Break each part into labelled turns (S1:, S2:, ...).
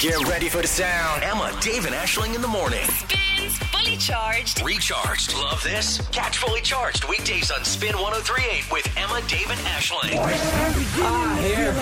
S1: Get ready for the sound.
S2: Emma, Dave, and Ashling in the morning.
S3: Spins Fully Charged.
S2: Recharged. Love this? Catch fully charged weekdays on Spin 1038 with Emma, Dave, and Ashling.
S4: Here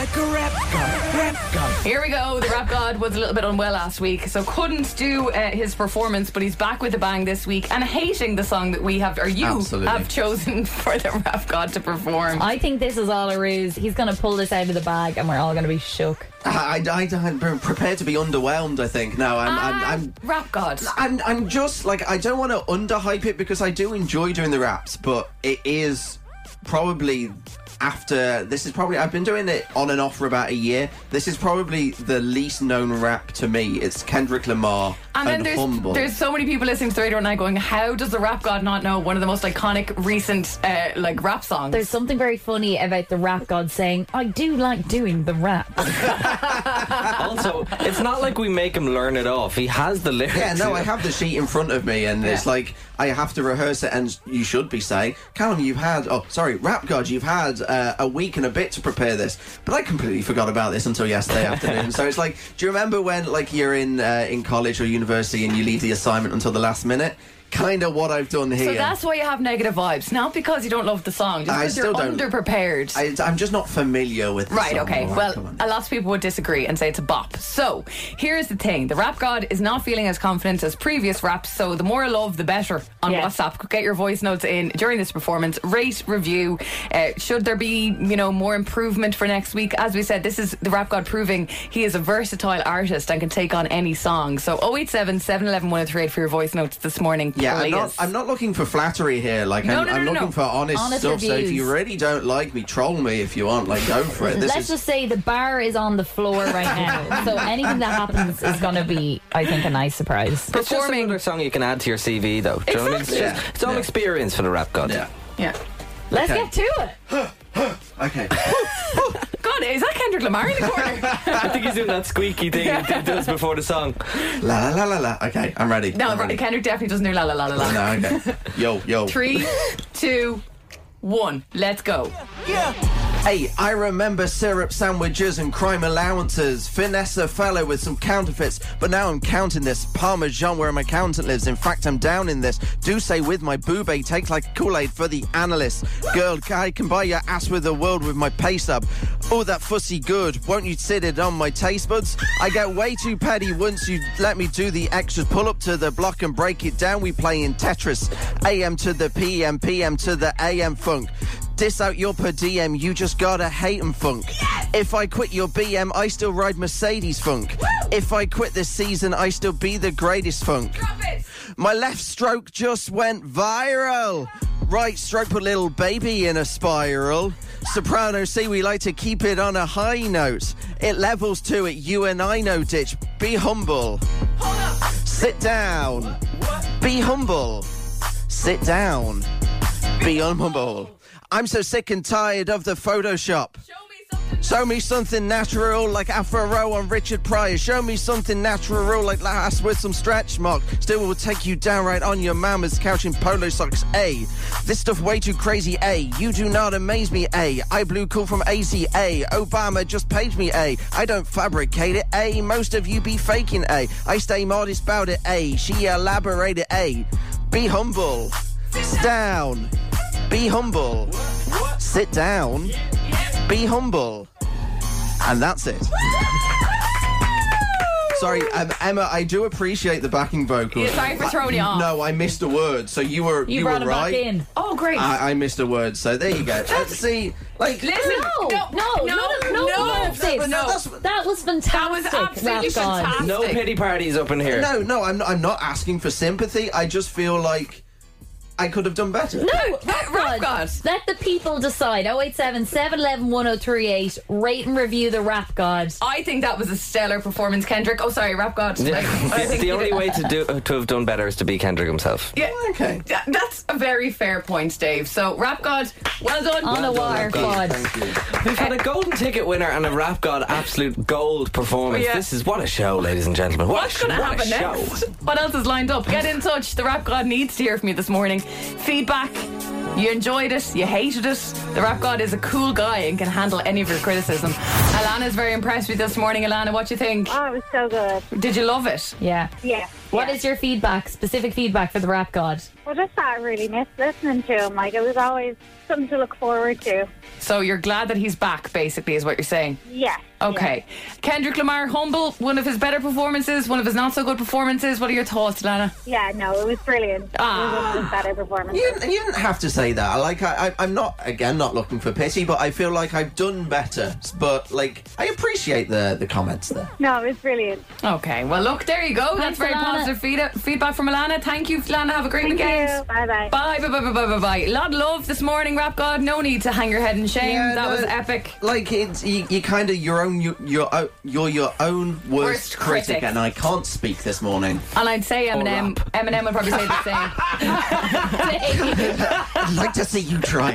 S4: we go. The rap god was a little bit unwell last week, so couldn't do uh, his performance, but he's back with a bang this week and hating the song that we have, or you
S5: Absolutely.
S4: have chosen for the rap god to perform.
S6: I think this is all a ruse. He's going to pull this out of the bag and we're all going to be shook.
S5: I, I, I'm pre- prepared to be underwhelmed. I think now I'm,
S4: Ah.
S5: I'm, I'm
S4: rap god.
S5: I'm, I'm just like I don't want to underhype it because I do enjoy doing the raps, but it is probably after this is probably I've been doing it on and off for about a year. This is probably the least known rap to me. It's Kendrick Lamar
S4: And then
S5: and,
S4: there's
S5: Humble.
S4: there's so many people listening to the radio now going, how does the rap god not know one of the most iconic recent uh, like rap songs?
S6: There's something very funny about the rap god saying, I do like doing the rap.
S7: Also, it's not like we make him learn it off. He has the lyrics.
S5: yeah, no, I have the sheet in front of me, and it's
S4: Yeah.
S5: like I have to rehearse it. And you should be saying, "Callum, you've had oh, sorry, Rap God, you've had uh, a week and a bit to prepare this." But I completely forgot about this until yesterday afternoon. So it's like, do you remember when like you're in uh, in college or university and you leave the assignment until the last minute? Kind of what I've done here.
S4: so that's why you have negative vibes, not because you don't love the song, just
S5: I
S4: because you're
S5: still don't-
S4: underprepared.
S5: I, I'm just not familiar with. The
S4: Right,
S5: song.
S4: okay.
S5: All right, come
S4: well, a
S5: on.
S4: lot of people would disagree and say it's a bop. So, here's the thing the rap god is not feeling as confident as previous raps, so the more love, the better on
S6: Yeah.
S4: WhatsApp. Get your voice notes in during this performance. Rate, review. Uh, should there be, you know, more improvement for next week? As we said, this is the rap god proving he is a versatile artist and can take on any song. So, 087 711 1038 for your voice notes this morning.
S5: Yeah, I'm
S4: please.
S5: not, I'm not looking for flattery here. Like,
S4: No,
S5: I'm,
S4: no,
S5: I'm
S4: no, no.
S5: looking for honest,
S6: Honest
S5: stuff. So if you
S6: reviews.
S5: really don't like me, troll me if you want. Like, go for it. This
S6: Let's
S5: is,
S6: just say the bar is on the floor right now. so anything that happens is going to be, I think, a nice surprise.
S7: It's just
S4: performing.
S7: another song you can add to your CV, though. Do you know what I mean? It's,
S5: Exactly.
S7: just- it's all
S5: Yeah.
S7: experience for the rap god.
S5: yeah.
S4: Yeah.
S6: Let's
S5: Okay.
S6: get to it.
S5: Okay.
S4: God, is that Kendrick Lamar in the corner?
S7: I think he's doing that squeaky thing he does before the song.
S5: la la la la la. Okay, I'm ready.
S4: no,
S5: I'm ready.
S4: Kendrick definitely doesn't do la la la la la.
S5: No, okay. Yo, yo.
S4: Three, two, one. Let's go.
S5: Hey, I remember syrup sandwiches and crime allowances. Finesse a fellow with some counterfeits, but now I'm counting this. Parmesan where my accountant lives. In fact, I'm down in this. Do say with my boobay, take like Kool-Aid for the analyst. Girl, I can buy your ass with the world with my pay sub. Oh, that fussy good. Won't you sit it on my taste buds? I get way too petty once you let me do the extras. Pull up to the block and break it down. We play in Tetris. AM to the PM, PM to the AM funk. Diss out your per DM, you just gotta hate and funk. If I quit your BM, I still ride Mercedes funk. If I quit this season, I still be the greatest funk. My left stroke just went viral. Right stroke put little baby in a spiral. Soprano C, we like to keep it on a high note. It levels to it, you and I know ditch. Be humble. Sit down. Be humble. Sit down. Be humble. I'm so sick and tired of the Photoshop. Show me something natural like Afro and Richard Pryor. Show me something natural like last with some stretch mark. Still will take you down right on your mama's couch in polo socks. A, this stuff way too crazy. A, you do not amaze me. A, I blew cool from AZ. A, Obama just paged me. A, I don't fabricate it. A, most of you be faking. A, I stay modest about it. A, she elaborated. A, be humble. Sit down. Be humble. Sit down. Be humble. And that's it. Sorry, um, Emma, I do appreciate the backing vocals.
S4: Yeah, sorry for throwing you off.
S5: No, I missed a word, so you were
S6: You,
S5: you,
S6: brought
S5: were
S6: him
S5: right.
S6: back in.
S4: Oh, great.
S5: I, I missed a word, so there you go. Let's see, like
S4: Listen,
S6: No, no, no, no, no,
S4: no,
S6: no,
S4: no.
S6: That was fantastic.
S4: That was absolutely
S6: rap god.
S4: fantastic.
S7: No pity parties up in here.
S5: no, no, I'm not, I'm not asking for sympathy. I just feel like I could have done better.
S6: No,
S4: Rap
S6: Oh, rap
S4: God.
S6: god. Let the people decide. Oh, 087 711 1038. Rate and review the rap god.
S4: I think that was a stellar performance, Kendrick. Oh, sorry, Rap God.
S7: Yeah.
S4: Like, I think
S7: the
S4: you
S7: only
S4: did-
S7: way to do to have done better is to be Kendrick himself.
S4: Yeah.
S5: Okay.
S4: Th- That's a very fair point, Dave. So, Rap God, well done.
S6: On a wire
S5: Thank
S6: quad.
S5: you.
S7: We've had a golden ticket winner and a rap god absolute gold performance.
S4: Yeah.
S7: This is what a show, ladies and gentlemen. What
S4: What's
S7: a,
S4: going to
S7: what a
S4: happen
S7: show.
S4: next? What else is lined up? Get in touch. The Rap God needs to hear from you this morning. Feedback, You enjoyed it, you hated it. The rap god is a cool guy and can handle any of your criticism. Alana's very impressed with you this morning. Alana, what do you think?
S1: Oh, it was so good.
S4: Did you love it?
S6: Yeah.
S1: Yeah.
S6: What
S1: yeah.
S6: is your feedback, specific feedback for the rap god?
S1: Well, just that I really missed listening to him. Like, it was always something to look forward to.
S4: So you're glad that he's back, basically, is what you're saying.
S1: Yeah.
S4: Okay. Kendrick Lamar, humble, one of his better performances, one of his not so good performances. What are your thoughts, Alana?
S1: Yeah, Yeah, no, it was brilliant. It was one of his better performances.
S5: You, you didn't have to say that. Like, I, I, I'm not again not looking for pity, but I feel like I've done better. But like, I appreciate the the comments there.
S1: No, it was brilliant.
S4: Okay. Well, look, there you go. That's
S6: Thanks,
S4: very
S6: Alana.
S4: positive feed- feedback from Alana. Thank you, Alana. Have a great
S1: Thank
S4: weekend.
S1: you. Bye bye.
S4: Bye, bye, bye, bye, bye, bye, bye. Lot of love this morning, Rap God. No need to hang your head in shame.
S5: Yeah,
S4: that
S5: no.
S4: was epic.
S5: Like, it's you, you kind of your own you, your o- you're your own worst,
S4: Worst
S5: critic,
S4: critic.
S5: and I can't speak this morning.
S4: And I'd say
S5: Oh,
S4: Eminem. Eminem would probably say the same.
S5: I'd like to see you try.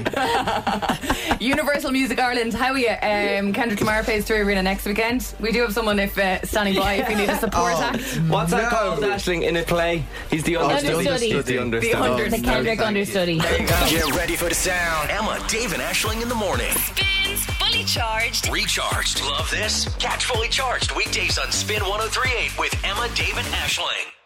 S4: Universal Music Ireland, how are you? Um, Kendrick Lamar plays through arena next weekend. We do have someone if uh, standing by if you need a support
S5: Oh.
S4: act.
S7: What's that
S5: No.
S7: called, Ashling? In a play? He's the understudy.
S6: Understudy.
S7: He's the understudy.
S4: The under-
S6: The
S4: No,
S6: Kendrick understudy.
S2: Get ready for the sound. Emma, Dave, and Ashling in the morning.
S3: Spins Fully Charged.
S2: oh Recharged. Love this? Catch fully charged weekdays on Spin 1038 with Emma, Dave, and Ashling.